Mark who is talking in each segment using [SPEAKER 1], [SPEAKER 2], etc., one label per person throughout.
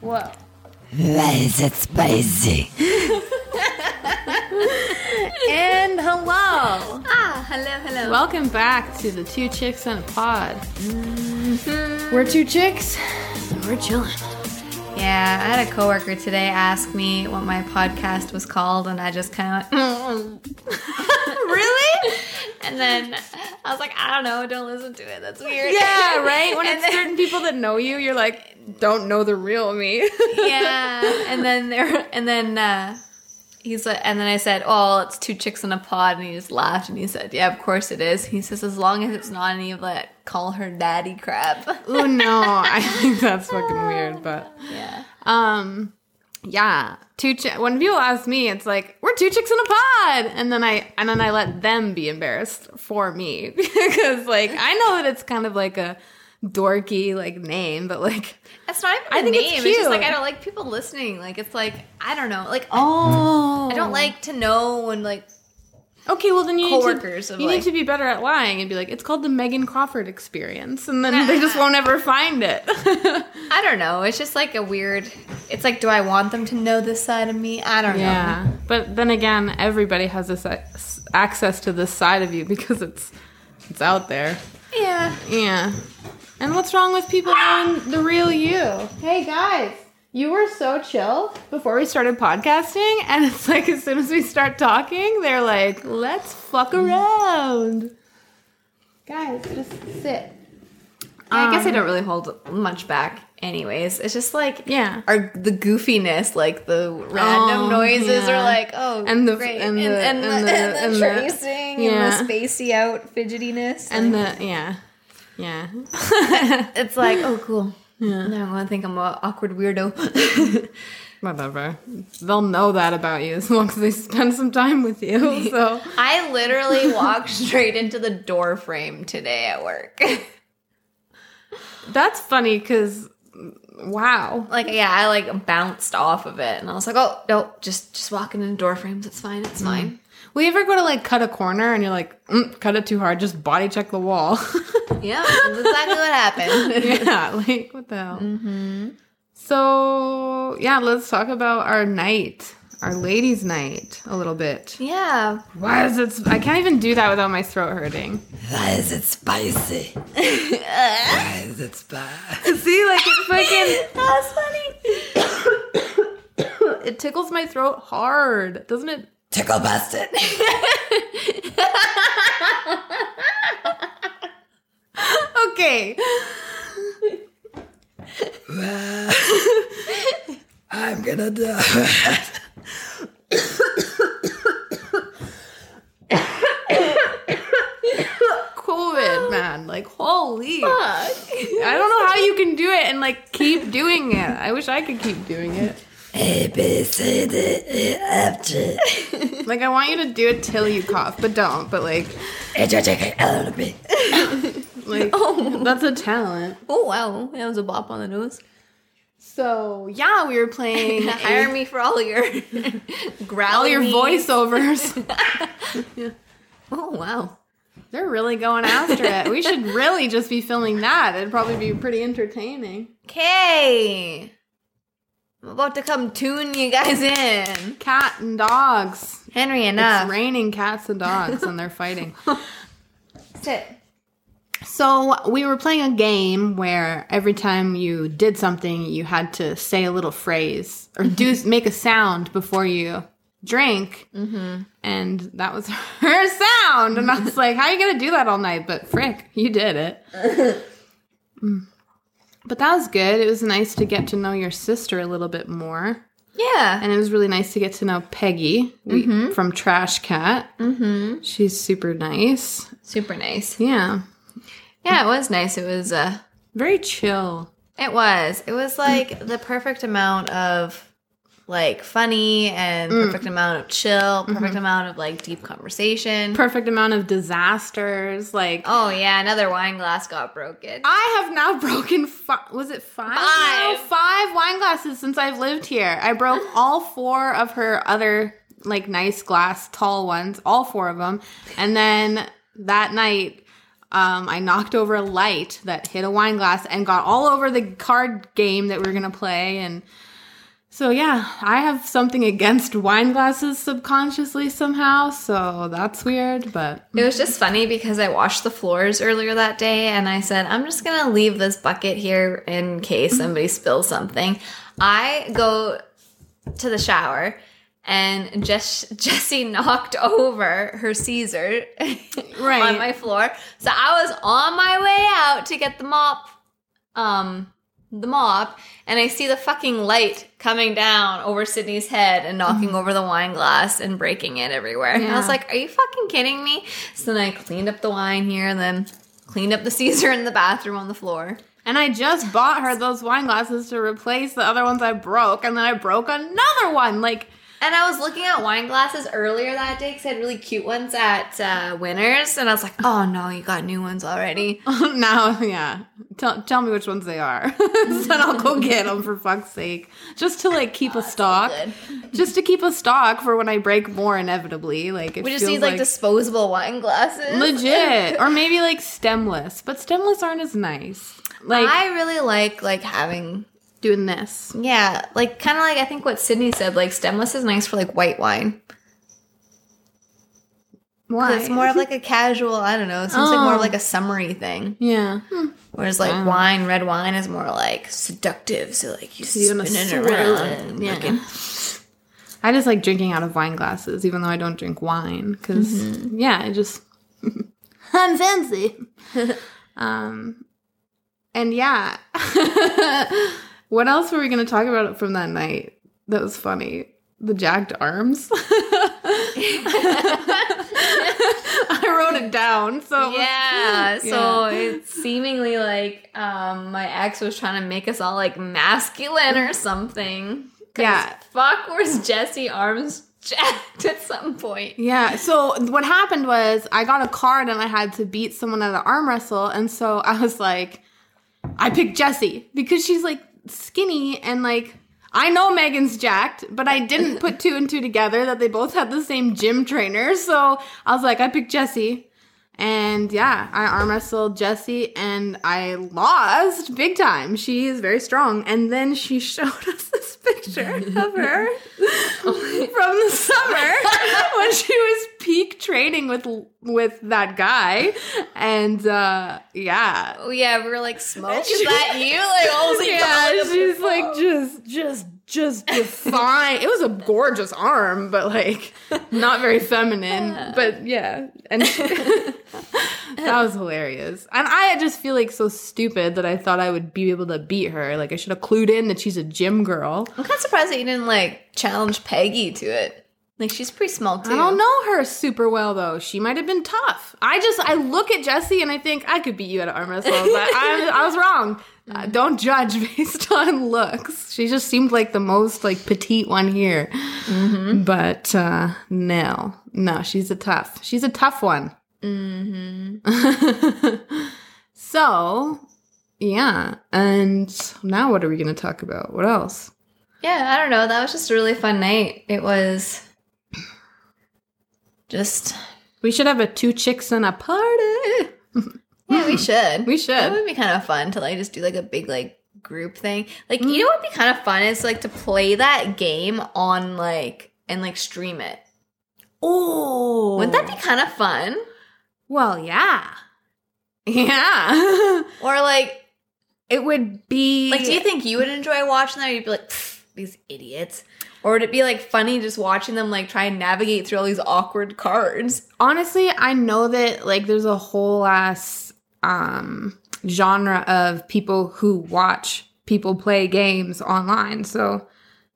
[SPEAKER 1] Whoa.
[SPEAKER 2] That is it spicy.
[SPEAKER 1] And hello.
[SPEAKER 3] Ah, hello, hello.
[SPEAKER 4] Welcome back to the Two Chicks on a Pod.
[SPEAKER 1] We're two chicks.
[SPEAKER 4] Mm-hmm. We're chilling.
[SPEAKER 3] yeah, I had a coworker today ask me what my podcast was called, and I just kind of went, really? And then I was like, I don't know, don't listen to it. That's weird.
[SPEAKER 1] Yeah, right? When
[SPEAKER 3] And
[SPEAKER 1] it's
[SPEAKER 3] then-
[SPEAKER 1] certain people that know you, you're like, don't know the real me.
[SPEAKER 3] yeah. And then there, and then uh, he's like, and then I said, "Oh, it's two chicks in a pod," and he just laughed and he said, "Yeah, of course it is." He says, "As long as it's not any of that call her daddy crap."
[SPEAKER 4] Oh no, I think that's fucking weird, but
[SPEAKER 3] yeah.
[SPEAKER 4] um yeah, two chi- when people ask me, it's like, "We're two chicks in a pod." And then I and then I let them be embarrassed for me because like I know that it's kind of like a dorky like name, but like
[SPEAKER 3] That's not even
[SPEAKER 4] I
[SPEAKER 3] I
[SPEAKER 4] think
[SPEAKER 3] think
[SPEAKER 4] it's
[SPEAKER 3] name. It's just
[SPEAKER 4] cute.
[SPEAKER 3] like I don't like people listening. Like it's like I don't know. Like
[SPEAKER 4] oh,
[SPEAKER 3] I don't like to know when like
[SPEAKER 4] Okay, well then you need
[SPEAKER 3] Coworkers
[SPEAKER 4] to
[SPEAKER 3] of,
[SPEAKER 4] you need
[SPEAKER 3] like-
[SPEAKER 4] to be better at lying and be like, it's called the Megan Crawford experience, and then they just won't ever find it.
[SPEAKER 3] I don't know. It's just like a weird. It's like do I want them to know this side of me? I don't know.
[SPEAKER 4] yeah, but then again, everybody has this a- s- access to this side of you because it's it's out there.
[SPEAKER 3] Yeah.
[SPEAKER 4] Yeah, and what's wrong with people knowing the real you? Hey guys. You were so chill before we started podcasting, and it's like as soon as we start talking, they're like, let's fuck around. Guys, just sit.
[SPEAKER 3] I guess I don't really hold much back. Anyways, it's just like
[SPEAKER 4] Yeah.
[SPEAKER 3] Are the goofiness like the random
[SPEAKER 4] Oh,
[SPEAKER 3] noises
[SPEAKER 4] yeah.
[SPEAKER 3] are like oh
[SPEAKER 4] And the-
[SPEAKER 3] great.
[SPEAKER 4] and
[SPEAKER 3] and,
[SPEAKER 4] the-
[SPEAKER 3] and, the,
[SPEAKER 4] and the-
[SPEAKER 3] and the
[SPEAKER 4] and the-
[SPEAKER 3] tracing
[SPEAKER 4] yeah.
[SPEAKER 3] and the spacey out fidgetiness
[SPEAKER 4] And the yeah, yeah.
[SPEAKER 3] it's like oh cool yeah now I'm gonna think I'm an awkward weirdo
[SPEAKER 4] Whatever. They'll know that about you as long as they spend some time with you. So
[SPEAKER 3] I literally walked straight into the door frame today at work.
[SPEAKER 4] that's funny because wow.
[SPEAKER 3] like, yeah, I like bounced off of it, and I was like, "Oh no, just just walking into door frames. It's fine. It's fine."
[SPEAKER 4] Will you ever go to like cut a corner and you're like, mm, cut it too hard, just body check the wall?
[SPEAKER 3] Mm. Yeah, that's exactly what happened.
[SPEAKER 4] yeah, like what the hell? So yeah, let's talk about our night, our ladies' night, a little bit.
[SPEAKER 3] Yeah,
[SPEAKER 4] Why is it? I can't even do that without my throat hurting.
[SPEAKER 2] That is it spicy. That is it spicy.
[SPEAKER 4] See, like it fucking.
[SPEAKER 3] that was funny.
[SPEAKER 4] It tickles my throat hard, doesn't it?
[SPEAKER 2] Tickle busted.
[SPEAKER 4] Okay.
[SPEAKER 2] I'm gonna die.
[SPEAKER 4] COVID, man. Like, holy. I don't know how you can do it and, like, keep doing it. I wish I could keep doing it.
[SPEAKER 2] A, B, C, D, E, F, G.
[SPEAKER 4] Like, I want you to do it till you cough, but don't. But, like,
[SPEAKER 2] H, I, J, K, L, M, N, P.
[SPEAKER 4] like that's a talent.
[SPEAKER 3] Oh wow, that was a bop on the nose.
[SPEAKER 4] So, yeah, we were playing.
[SPEAKER 3] Hire me for all your growl,
[SPEAKER 4] all your voiceovers.
[SPEAKER 3] Oh wow.
[SPEAKER 4] They're really going after it. We should really just be filming that. It'd probably be pretty entertaining.
[SPEAKER 3] Okay, I'm about to come tune you guys in,
[SPEAKER 4] Cat and dogs.
[SPEAKER 3] Henry.
[SPEAKER 4] It's
[SPEAKER 3] Enough.
[SPEAKER 4] raining cats and dogs and they're fighting.
[SPEAKER 3] Sit.
[SPEAKER 4] So we were playing a game where every time you did something, you had to say a little phrase or do make a sound before you drink. Mm-hmm. And that was her sound. And I was like, "How are you gonna do that all night?" But frick, you did it. Mm. but that was good. It was nice to get to know your sister a little bit more,
[SPEAKER 3] Yeah.
[SPEAKER 4] and it was really nice to get to know Peggy we, from Trash Cat. Mm-hmm. She's super nice.
[SPEAKER 3] Super nice.
[SPEAKER 4] Yeah,
[SPEAKER 3] Yeah, it was nice. It was uh
[SPEAKER 4] very chill.
[SPEAKER 3] it was. It was like the perfect amount of like funny and perfect amount of chill, perfect amount of like deep conversation.
[SPEAKER 4] perfect amount of disasters. Like
[SPEAKER 3] oh yeah, another wine glass got broken.
[SPEAKER 4] I have now broken. Fi- was it five? now?
[SPEAKER 3] Five.
[SPEAKER 4] five wine glasses since I've lived here. I broke all four of her other like nice glass tall ones, all four of them, and then that night. Um, I knocked over a light that hit a wine glass and got all over the card game that we were gonna play. And so, yeah, I have something against wine glasses subconsciously somehow. So that's weird, but
[SPEAKER 3] It was just funny because I washed the floors earlier that day and I said, I'm just going to leave this bucket here in case somebody spills something. I go to the shower and Jess- Jessie knocked over her Caesar
[SPEAKER 4] Right.
[SPEAKER 3] on my floor. So I was on my way out to get the mop um the mop and I see the fucking light coming down over Sydney's head and knocking over the wine glass and breaking it everywhere. And I was
[SPEAKER 4] Mm-hmm. Yeah.
[SPEAKER 3] like, Are you fucking kidding me? So then I cleaned up the wine here and then cleaned up the Caesar in the bathroom on the floor.
[SPEAKER 4] And I just bought her those wine glasses to replace the other ones I broke, and then I broke another one. Like,
[SPEAKER 3] And I was looking at wine glasses earlier that day because I had really cute ones at uh, Winners, and I was like, "Oh no, you got new ones already."
[SPEAKER 4] now, yeah. Tell, tell me which ones they are. so then I'll go get them for fuck's sake. Just to like keep a stock.
[SPEAKER 3] good.
[SPEAKER 4] Just to keep a stock for when I break more inevitably. Like, it
[SPEAKER 3] We just
[SPEAKER 4] feels
[SPEAKER 3] need like,
[SPEAKER 4] like
[SPEAKER 3] disposable wine glasses.
[SPEAKER 4] legit. or maybe like stemless. But stemless aren't as nice. Like,
[SPEAKER 3] I really like like having
[SPEAKER 4] doing this.
[SPEAKER 3] Yeah, like kind of like I think what Sydney said, like stemless is nice for like white wine. 'Cause
[SPEAKER 4] Why?
[SPEAKER 3] It's more of like a casual, I don't know, it seems like more of
[SPEAKER 4] Oh.
[SPEAKER 3] like a summery thing.
[SPEAKER 4] Yeah. Hmm.
[SPEAKER 3] Whereas like wine, red wine is more like seductive, so like you
[SPEAKER 4] you
[SPEAKER 3] spin
[SPEAKER 4] wanna
[SPEAKER 3] it
[SPEAKER 4] swirl
[SPEAKER 3] around.
[SPEAKER 4] it,
[SPEAKER 3] and
[SPEAKER 4] yeah.
[SPEAKER 3] fucking-
[SPEAKER 4] I just like drinking out of wine glasses, even though I don't drink wine, because yeah, it just I'm fancy. um, and yeah, what else were we gonna talk about from that night? That was funny. The jagged arms. I wrote it down, so it was-
[SPEAKER 3] Yeah, so it's seemingly like um, my ex was trying to make us all like masculine or something. 'Cause
[SPEAKER 4] Yeah.
[SPEAKER 3] fuck, was Jesse arms jacked at some point?
[SPEAKER 4] Yeah. So what happened was I got a card and I had to beat someone at an arm wrestle, and so I was like, I picked Jessie because she's like skinny and like I know Megan's jacked, but I didn't put two and two together that they both had the same gym trainer. So I was like, I picked Jessie. And yeah, I arm wrestled Jessie and I lost big time. She is very strong. And then she showed us this picture of her from the summer when she was peak training with with that guy. And uh yeah.
[SPEAKER 3] Oh yeah, we were like, smoke. Is that you? Like, holy
[SPEAKER 4] yeah,
[SPEAKER 3] God.
[SPEAKER 4] she's like just just just defined. it was a gorgeous arm, but like not very feminine. But yeah, and that was hilarious. And I just feel like so stupid that I thought I would be able to beat her. Like I should have clued in that she's a gym girl.
[SPEAKER 3] I'm kind of surprised that you didn't like challenge Peggy to it. Like she's pretty small too.
[SPEAKER 4] I don't know her super well though. She might have been tough. I just I look at Jesse and I think I could beat you at an arm wrestle, but I, I was wrong. Uh, don't judge based on looks. She just seemed like the most like petite one here, but uh, no, no, she's a tough. She's a tough one. Mm-hmm. so yeah, and now what are we going to talk about? What else?
[SPEAKER 3] Yeah, I don't know. That was just a really fun night. It was just
[SPEAKER 4] We should have a two chicks and a party.
[SPEAKER 3] yeah. We should.
[SPEAKER 4] Hmm. We should.
[SPEAKER 3] That would be kind of fun to like just do like a big like group thing. Like
[SPEAKER 4] Hmm.
[SPEAKER 3] you know what would be kind of fun is like to play that game on like and like stream it.
[SPEAKER 4] Oh,
[SPEAKER 3] Wouldn't that be kind of fun?
[SPEAKER 4] Well, yeah, yeah.
[SPEAKER 3] Or like
[SPEAKER 4] it would be
[SPEAKER 3] Like, do you think you would enjoy watching that? Or you'd be like, "Pfft, these idiots. Or would it be like funny just watching them like try and navigate through all these awkward cards?
[SPEAKER 4] honestly, I know that like there's a whole ass um genre of people who watch people play games online. So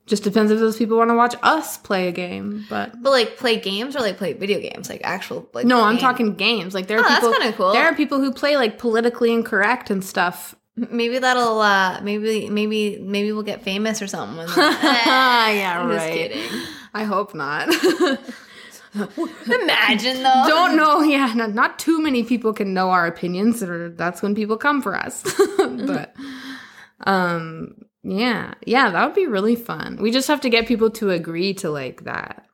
[SPEAKER 4] just depends if those people want to watch us play a game. But
[SPEAKER 3] But like play games or like play video games, like actual like
[SPEAKER 4] no, I'm
[SPEAKER 3] game.
[SPEAKER 4] talking games. Like there are
[SPEAKER 3] Oh, that's
[SPEAKER 4] people
[SPEAKER 3] kinda cool.
[SPEAKER 4] There are people who play like politically incorrect and stuff.
[SPEAKER 3] M- Maybe that'll uh maybe maybe maybe we'll get famous or something. with that.
[SPEAKER 4] yeah,
[SPEAKER 3] Eh, I'm just
[SPEAKER 4] right.
[SPEAKER 3] kidding.
[SPEAKER 4] I hope not.
[SPEAKER 3] Imagine though.
[SPEAKER 4] don't know. Yeah, not, not too many people can know our opinions, or that's when people come for us. but um, yeah, yeah, that would be really fun. We just have to get people to agree to like that.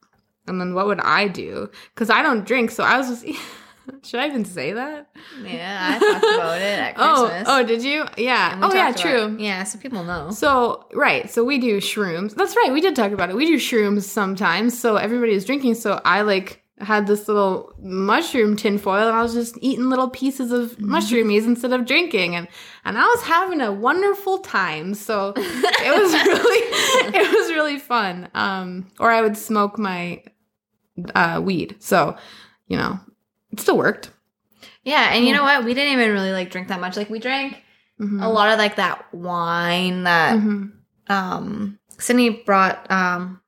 [SPEAKER 4] And then what would I do? Because I don't drink, so I was just Should I even say that?
[SPEAKER 3] Yeah, I talked about it at
[SPEAKER 4] Oh,
[SPEAKER 3] Christmas.
[SPEAKER 4] oh, did you? Yeah.
[SPEAKER 3] We
[SPEAKER 4] Oh, yeah,
[SPEAKER 3] talked about
[SPEAKER 4] true.
[SPEAKER 3] it. Yeah, so people know.
[SPEAKER 4] Oh. So, right. So we do shrooms. That's right. We did talk about it. We do shrooms sometimes. So everybody is drinking. So I like had this little mushroom tinfoil and I was just eating little pieces of
[SPEAKER 3] Mm-hmm.
[SPEAKER 4] mushroomies instead of drinking. And, and I was having a wonderful time. So it was really, it was really fun. Um, or I would smoke my, uh, weed. So, you know, it still worked.
[SPEAKER 3] Yeah, Mm. and you know what? We didn't even really like drink that much. Like we drank
[SPEAKER 4] Mhm.
[SPEAKER 3] a lot of like that wine that
[SPEAKER 4] Mhm.
[SPEAKER 3] um Sydney brought um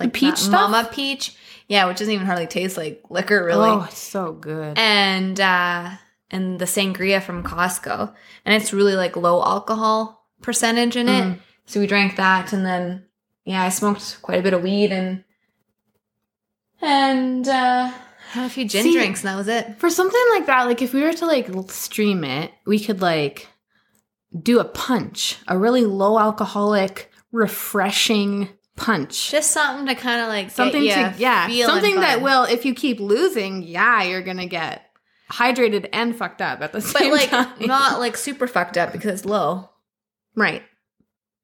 [SPEAKER 3] like
[SPEAKER 4] peach
[SPEAKER 3] that
[SPEAKER 4] stuff?
[SPEAKER 3] mama peach. Yeah, which doesn't even hardly taste like liquor really.
[SPEAKER 4] Oh, it's so good.
[SPEAKER 3] And uh and the sangria from Costco. And it's really like low alcohol percentage in it.
[SPEAKER 4] Mhm.
[SPEAKER 3] So we drank that and then yeah, I smoked quite a bit of weed and and uh had a few gin
[SPEAKER 4] See-
[SPEAKER 3] drinks and that was it.
[SPEAKER 4] for something like that like if we were to like l- stream it we could like do a punch a really low alcoholic refreshing punch
[SPEAKER 3] Just something to kind of like get
[SPEAKER 4] something
[SPEAKER 3] ya
[SPEAKER 4] to yeah
[SPEAKER 3] feeling
[SPEAKER 4] something that
[SPEAKER 3] fun.
[SPEAKER 4] will if you keep losing yeah you're gonna get hydrated and fucked up at the
[SPEAKER 3] but
[SPEAKER 4] same
[SPEAKER 3] like
[SPEAKER 4] time
[SPEAKER 3] not like super fucked up because it's low.
[SPEAKER 4] right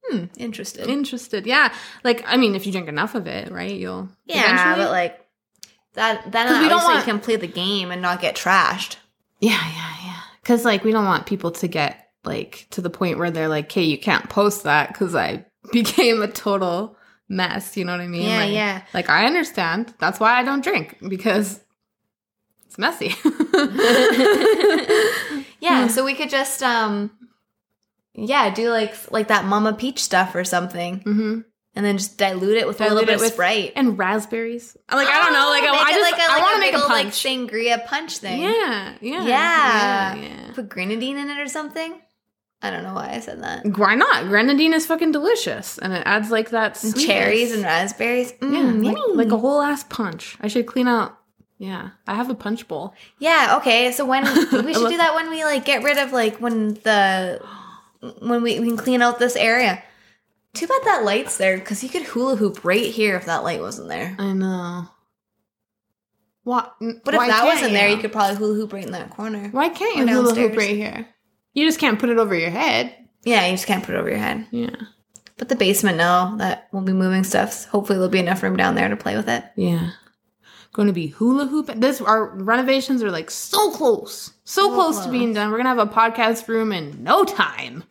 [SPEAKER 3] Hmm, interested.
[SPEAKER 4] interested yeah like i mean if you drink enough of it right you'll
[SPEAKER 3] yeah, but like that then
[SPEAKER 4] 'Cause
[SPEAKER 3] I
[SPEAKER 4] we
[SPEAKER 3] we
[SPEAKER 4] don't want-
[SPEAKER 3] can play the game and not get trashed.
[SPEAKER 4] Yeah, yeah, yeah. Because like we don't want people to get like to the point where they're like, "Hey, you can't post that because I became a total mess." You know what I mean?
[SPEAKER 3] Yeah,
[SPEAKER 4] like,
[SPEAKER 3] yeah.
[SPEAKER 4] Like I understand. That's why I don't drink because it's messy. Mm-hmm. Hmm.
[SPEAKER 3] Yeah, so we could just um yeah, do like like that mama peach stuff or something
[SPEAKER 4] hmm
[SPEAKER 3] and then just dilute it with a little
[SPEAKER 4] Dilute it
[SPEAKER 3] bit of
[SPEAKER 4] with-
[SPEAKER 3] Sprite. Oh,
[SPEAKER 4] And raspberries. Like I don't know. Like I,
[SPEAKER 3] Make
[SPEAKER 4] I
[SPEAKER 3] it
[SPEAKER 4] just
[SPEAKER 3] like a-
[SPEAKER 4] I
[SPEAKER 3] like
[SPEAKER 4] want to make a
[SPEAKER 3] little, like,
[SPEAKER 4] punch.
[SPEAKER 3] sangria punch thing.
[SPEAKER 4] yeah, yeah,
[SPEAKER 3] Yeah.
[SPEAKER 4] yeah.
[SPEAKER 3] Put grenadine in it or something. I don't know why I said that.
[SPEAKER 4] Why not? Grenadine is fucking delicious, and it adds like that
[SPEAKER 3] And
[SPEAKER 4] sweetness.
[SPEAKER 3] Cherries and raspberries.
[SPEAKER 4] Yeah,
[SPEAKER 3] Mm,
[SPEAKER 4] like,
[SPEAKER 3] yummy.
[SPEAKER 4] like a whole ass punch. I should clean out. Yeah, I have a punch bowl.
[SPEAKER 3] Yeah, okay. So when we
[SPEAKER 4] I
[SPEAKER 3] should
[SPEAKER 4] love-
[SPEAKER 3] do that when we like get rid of like when the when we, we can clean out this area. Too bad that light's there because you could hula hoop right here if that light wasn't there.
[SPEAKER 4] I know. What?
[SPEAKER 3] But if that wasn't there, you could probably hula hoop right in that corner.
[SPEAKER 4] Why can't
[SPEAKER 3] or
[SPEAKER 4] you hula hoop
[SPEAKER 3] downstairs.
[SPEAKER 4] right here? You just can't put it over your head.
[SPEAKER 3] Yeah, you just can't put it over your head.
[SPEAKER 4] Yeah.
[SPEAKER 3] But the basement now that we'll be moving stuff. so hopefully there'll be enough room down there to play with it.
[SPEAKER 4] Yeah. Going to be hula hoop. This our renovations are like so close, so close, to being done. We're gonna have a podcast room in no time.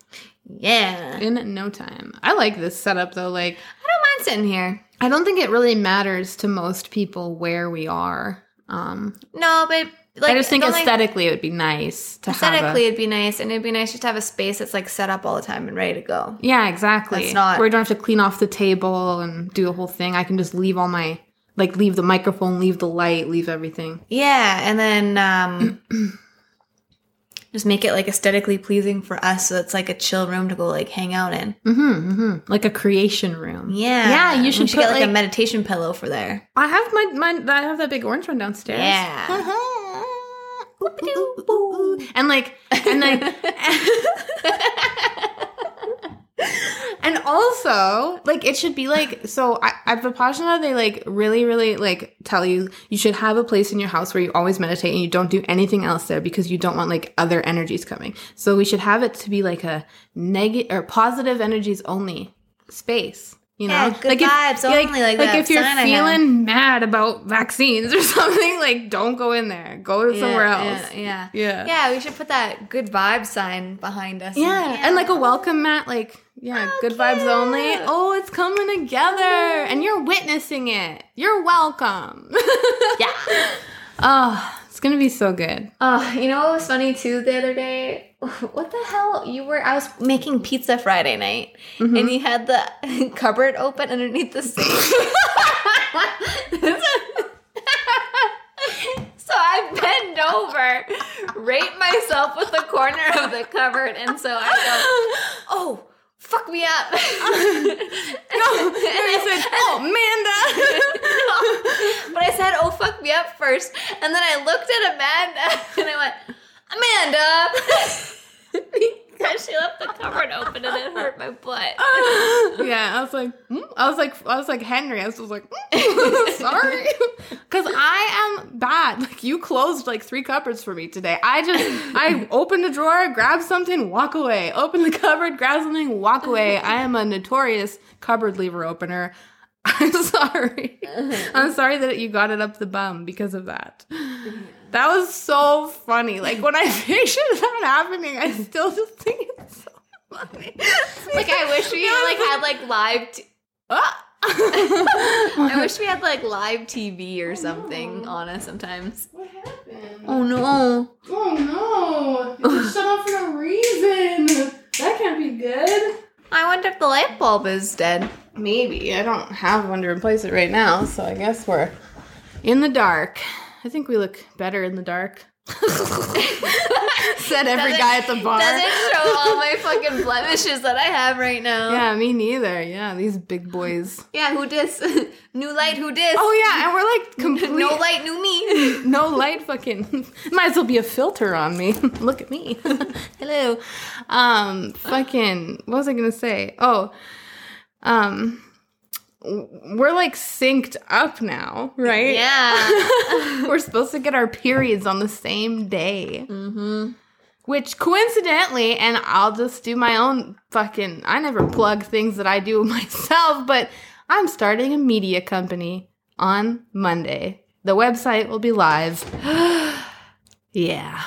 [SPEAKER 3] Yeah. I don't
[SPEAKER 4] In no time. I like this setup though. Like
[SPEAKER 3] mind sitting here.
[SPEAKER 4] I don't think it really matters to most people where we are. Um,
[SPEAKER 3] No, but like
[SPEAKER 4] I just think
[SPEAKER 3] the only-
[SPEAKER 4] aesthetically it would be nice to have
[SPEAKER 3] aesthetically
[SPEAKER 4] a,
[SPEAKER 3] it'd be nice and it'd be nice just to have a space that's like set up all the time and ready to go.
[SPEAKER 4] yeah, exactly.
[SPEAKER 3] That's not-
[SPEAKER 4] where you don't have to clean off the table and do a whole thing. I can just leave all my like leave the microphone, leave the light, leave everything.
[SPEAKER 3] Yeah, and then um just make it like aesthetically pleasing for us so it's like a chill room to go like hang out in.
[SPEAKER 4] Mm-hmm, mm-hmm. Like a creation room.
[SPEAKER 3] Yeah.
[SPEAKER 4] yeah. You
[SPEAKER 3] We
[SPEAKER 4] should,
[SPEAKER 3] get
[SPEAKER 4] put
[SPEAKER 3] like,
[SPEAKER 4] like.
[SPEAKER 3] a meditation pillow for there.
[SPEAKER 4] I have my, my I have that big orange one downstairs. Uh-huh.
[SPEAKER 3] Yeah.
[SPEAKER 4] and like and like and also like it should be like so I, at vipassana they like really really like tell you you should have a place in your house where you always meditate and you don't do anything else there because you don't want like other energies coming so we should have it to be like a negative or positive energies only space you know
[SPEAKER 3] Yeah, good vibes only, like that
[SPEAKER 4] if you're
[SPEAKER 3] sign I
[SPEAKER 4] feeling
[SPEAKER 3] have.
[SPEAKER 4] mad about vaccines or something like don't go in there go somewhere
[SPEAKER 3] Yeah,
[SPEAKER 4] else
[SPEAKER 3] Yeah, yeah.
[SPEAKER 4] yeah
[SPEAKER 3] Yeah, we should put that good vibe sign behind us.
[SPEAKER 4] yeah, and like a welcome mat, like yeah, good vibes only. Oh, it's coming together, and you're witnessing it. You're welcome.
[SPEAKER 3] Yeah.
[SPEAKER 4] oh, it's gonna be so good.
[SPEAKER 3] Oh, you know what was funny too the other day? What the hell? You were I was making pizza Friday night and you had the cupboard open underneath the sink. so I bend over, rate myself with the corner of the cupboard, and so I go, Oh, fuck me up. no,
[SPEAKER 4] I said, oh, Amanda.
[SPEAKER 3] but I said, "Oh fuck me up" first, and then I looked at Amanda and I went, "Amanda," because she left the cupboard open and it hurt my butt.
[SPEAKER 4] yeah, I was like, mm. I was like, I was like Henry. I was just like, mm, sorry, because I am bad. Like you closed like three cupboards for me today. I just, I opened a drawer, grab something, walk away. Open the cupboard, grab something, walk away. I am a notorious cupboard lever opener. I'm sorry. I'm sorry that you got it up the bum because of that. That was so funny. Like when I picture that happening, I still just think it's so funny.
[SPEAKER 3] Like I wish we like had like live. T-
[SPEAKER 4] Ah!
[SPEAKER 3] I wish we had like live TV or something on us sometimes.
[SPEAKER 4] What happened?
[SPEAKER 3] Oh no!
[SPEAKER 4] Oh no! It just shut off for no reason. That can't be good.
[SPEAKER 3] I wonder if the light bulb is dead.
[SPEAKER 4] Maybe I don't have one to replace it right now, so I guess we're in the dark. I think we look better in the dark. Said every
[SPEAKER 3] Doesn't-
[SPEAKER 4] guy at the bar.
[SPEAKER 3] Doesn't show all my fucking blemishes that I have right now.
[SPEAKER 4] Yeah, me neither. Yeah, these big boys.
[SPEAKER 3] Yeah, who dis? new light, who dis?
[SPEAKER 4] Oh yeah, and we're like complete
[SPEAKER 3] no light, new me.
[SPEAKER 4] no light fucking might as well be a filter on me look at me hello um fucking what was i gonna say oh um w- we're like synced up now right
[SPEAKER 3] yeah.
[SPEAKER 4] we're supposed to get our periods on the same day mm-hmm. which coincidentally and i'll just do my own fucking i never plug things that i do myself but i'm starting a media company on monday the website will be live yeah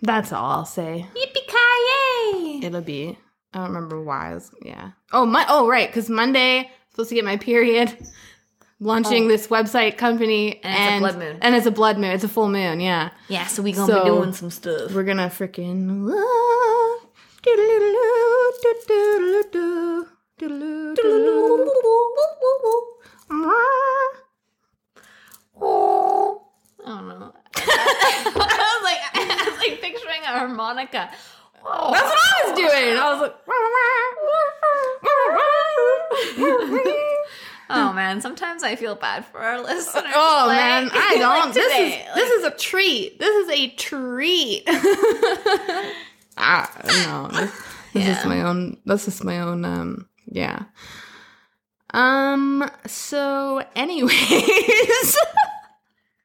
[SPEAKER 4] that's all i'll say
[SPEAKER 3] Yippee
[SPEAKER 4] it'll be i don't remember why I was, yeah oh my oh right because monday I'm supposed to get my period launching this website company
[SPEAKER 3] Oh. And it's a blood moon.
[SPEAKER 4] and it's a blood moon it's a full moon yeah
[SPEAKER 3] Yeah, so we gonna
[SPEAKER 4] So-
[SPEAKER 3] be doing some stuff.
[SPEAKER 4] we're gonna freaking ah, doodaloo, doodaloo, doodaloo, doodaloo, doodaloo, ah.
[SPEAKER 3] Oh no. I was like, I was like picturing a harmonica.
[SPEAKER 4] That's what I was doing. I was like,
[SPEAKER 3] Oh man, sometimes I feel bad for our listeners.
[SPEAKER 4] oh
[SPEAKER 3] like-
[SPEAKER 4] man, I
[SPEAKER 3] like
[SPEAKER 4] don't. this
[SPEAKER 3] today,
[SPEAKER 4] is this is a treat. This is a treat. ah, no, this, this is
[SPEAKER 3] Yeah.
[SPEAKER 4] my own. This is my own. Um, yeah. Um. So, anyways,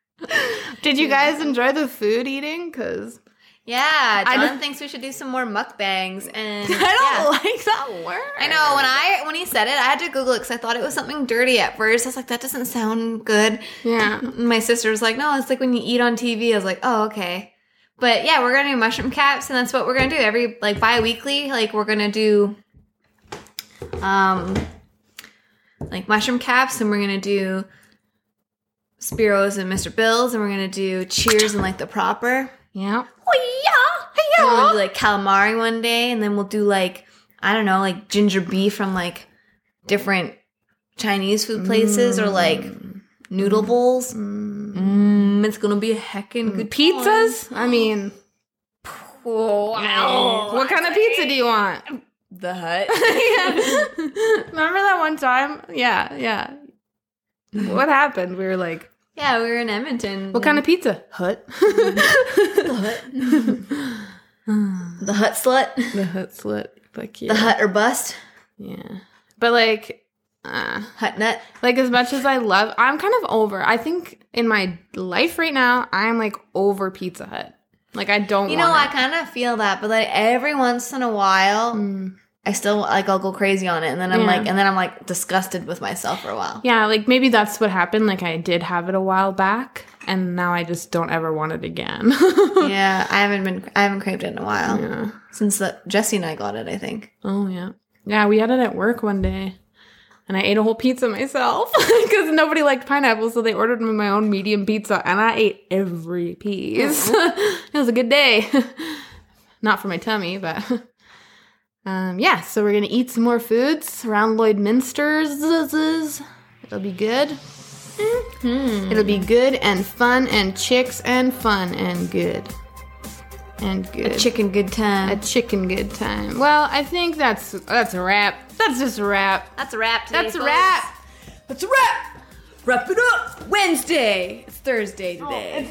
[SPEAKER 4] did you guys enjoy the food eating? Because
[SPEAKER 3] Yeah,
[SPEAKER 4] I
[SPEAKER 3] John
[SPEAKER 4] don't-
[SPEAKER 3] thinks we should do some more mukbangs, and
[SPEAKER 4] I don't
[SPEAKER 3] yeah.
[SPEAKER 4] like that word.
[SPEAKER 3] I know when I when he said it, I had to Google it because I thought it was something dirty at first. I was like, that doesn't sound good.
[SPEAKER 4] Yeah.
[SPEAKER 3] My sister was like, no, it's like when you eat on TV. I was like, oh okay, but yeah, we're gonna do mushroom caps, and that's what we're gonna do every like bi-weekly. Like we're gonna do, um, like mushroom caps, and we're gonna do Spiros and Mr. Bills, and we're gonna do Cheers and like the proper.
[SPEAKER 4] Yeah.
[SPEAKER 3] Oh yeah, And then we'll do like calamari one day, and then we'll do like I don't know, like ginger beef from like different Chinese food places, or like noodle bowls. Mm. it's gonna be a heckin' good
[SPEAKER 4] Pizzas? I mean,
[SPEAKER 3] time. Wow.
[SPEAKER 4] what kind of pizza do you want?
[SPEAKER 1] The hut.
[SPEAKER 4] Remember that one time? Yeah, yeah. What happened? We were like,
[SPEAKER 3] Yeah, we were in Edmonton.
[SPEAKER 4] what kind of pizza? Hut.
[SPEAKER 3] the hut slut,
[SPEAKER 4] the hut slut. Fuck you.
[SPEAKER 3] the hut or bust,
[SPEAKER 4] Yeah. But like, uh,
[SPEAKER 3] hut nut.
[SPEAKER 4] like as much as I love, I'm kind of over. I think in my life right now, I'm like over Pizza Hut. Like I don't.
[SPEAKER 3] You know, I
[SPEAKER 4] want
[SPEAKER 3] kind of feel that, but like every once in a while.
[SPEAKER 4] it. Mm.
[SPEAKER 3] I still like I'll go crazy on it, and then I'm
[SPEAKER 4] Yeah.
[SPEAKER 3] like, and then I'm like disgusted with myself for a while.
[SPEAKER 4] Yeah, like maybe that's what happened. Like I did have it a while back, and now I just don't ever want it again.
[SPEAKER 3] yeah, I haven't been I haven't craved it in a while
[SPEAKER 4] yeah.
[SPEAKER 3] since the, Jesse and I got it. I think.
[SPEAKER 4] Oh yeah, yeah. We had it at work one day, and I ate a whole pizza myself because nobody liked pineapple, so they ordered me my own medium pizza, and I ate every piece. it was a good day, not for my tummy, but um, yeah. So we're gonna eat some more foods around Lloyd Minster's. It'll be good. It'll be good and fun and chicks and fun and good and good
[SPEAKER 3] Chicken good
[SPEAKER 4] a
[SPEAKER 3] time.
[SPEAKER 4] chicken good time. Well, I think that's that's a wrap. That's just a wrap.
[SPEAKER 3] That's a wrap. Today,
[SPEAKER 4] That's a
[SPEAKER 3] folks.
[SPEAKER 4] wrap.
[SPEAKER 1] That's a wrap. Wrap it up. Wednesday. It's
[SPEAKER 4] Oh,
[SPEAKER 1] Thursday today.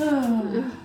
[SPEAKER 3] Yeah.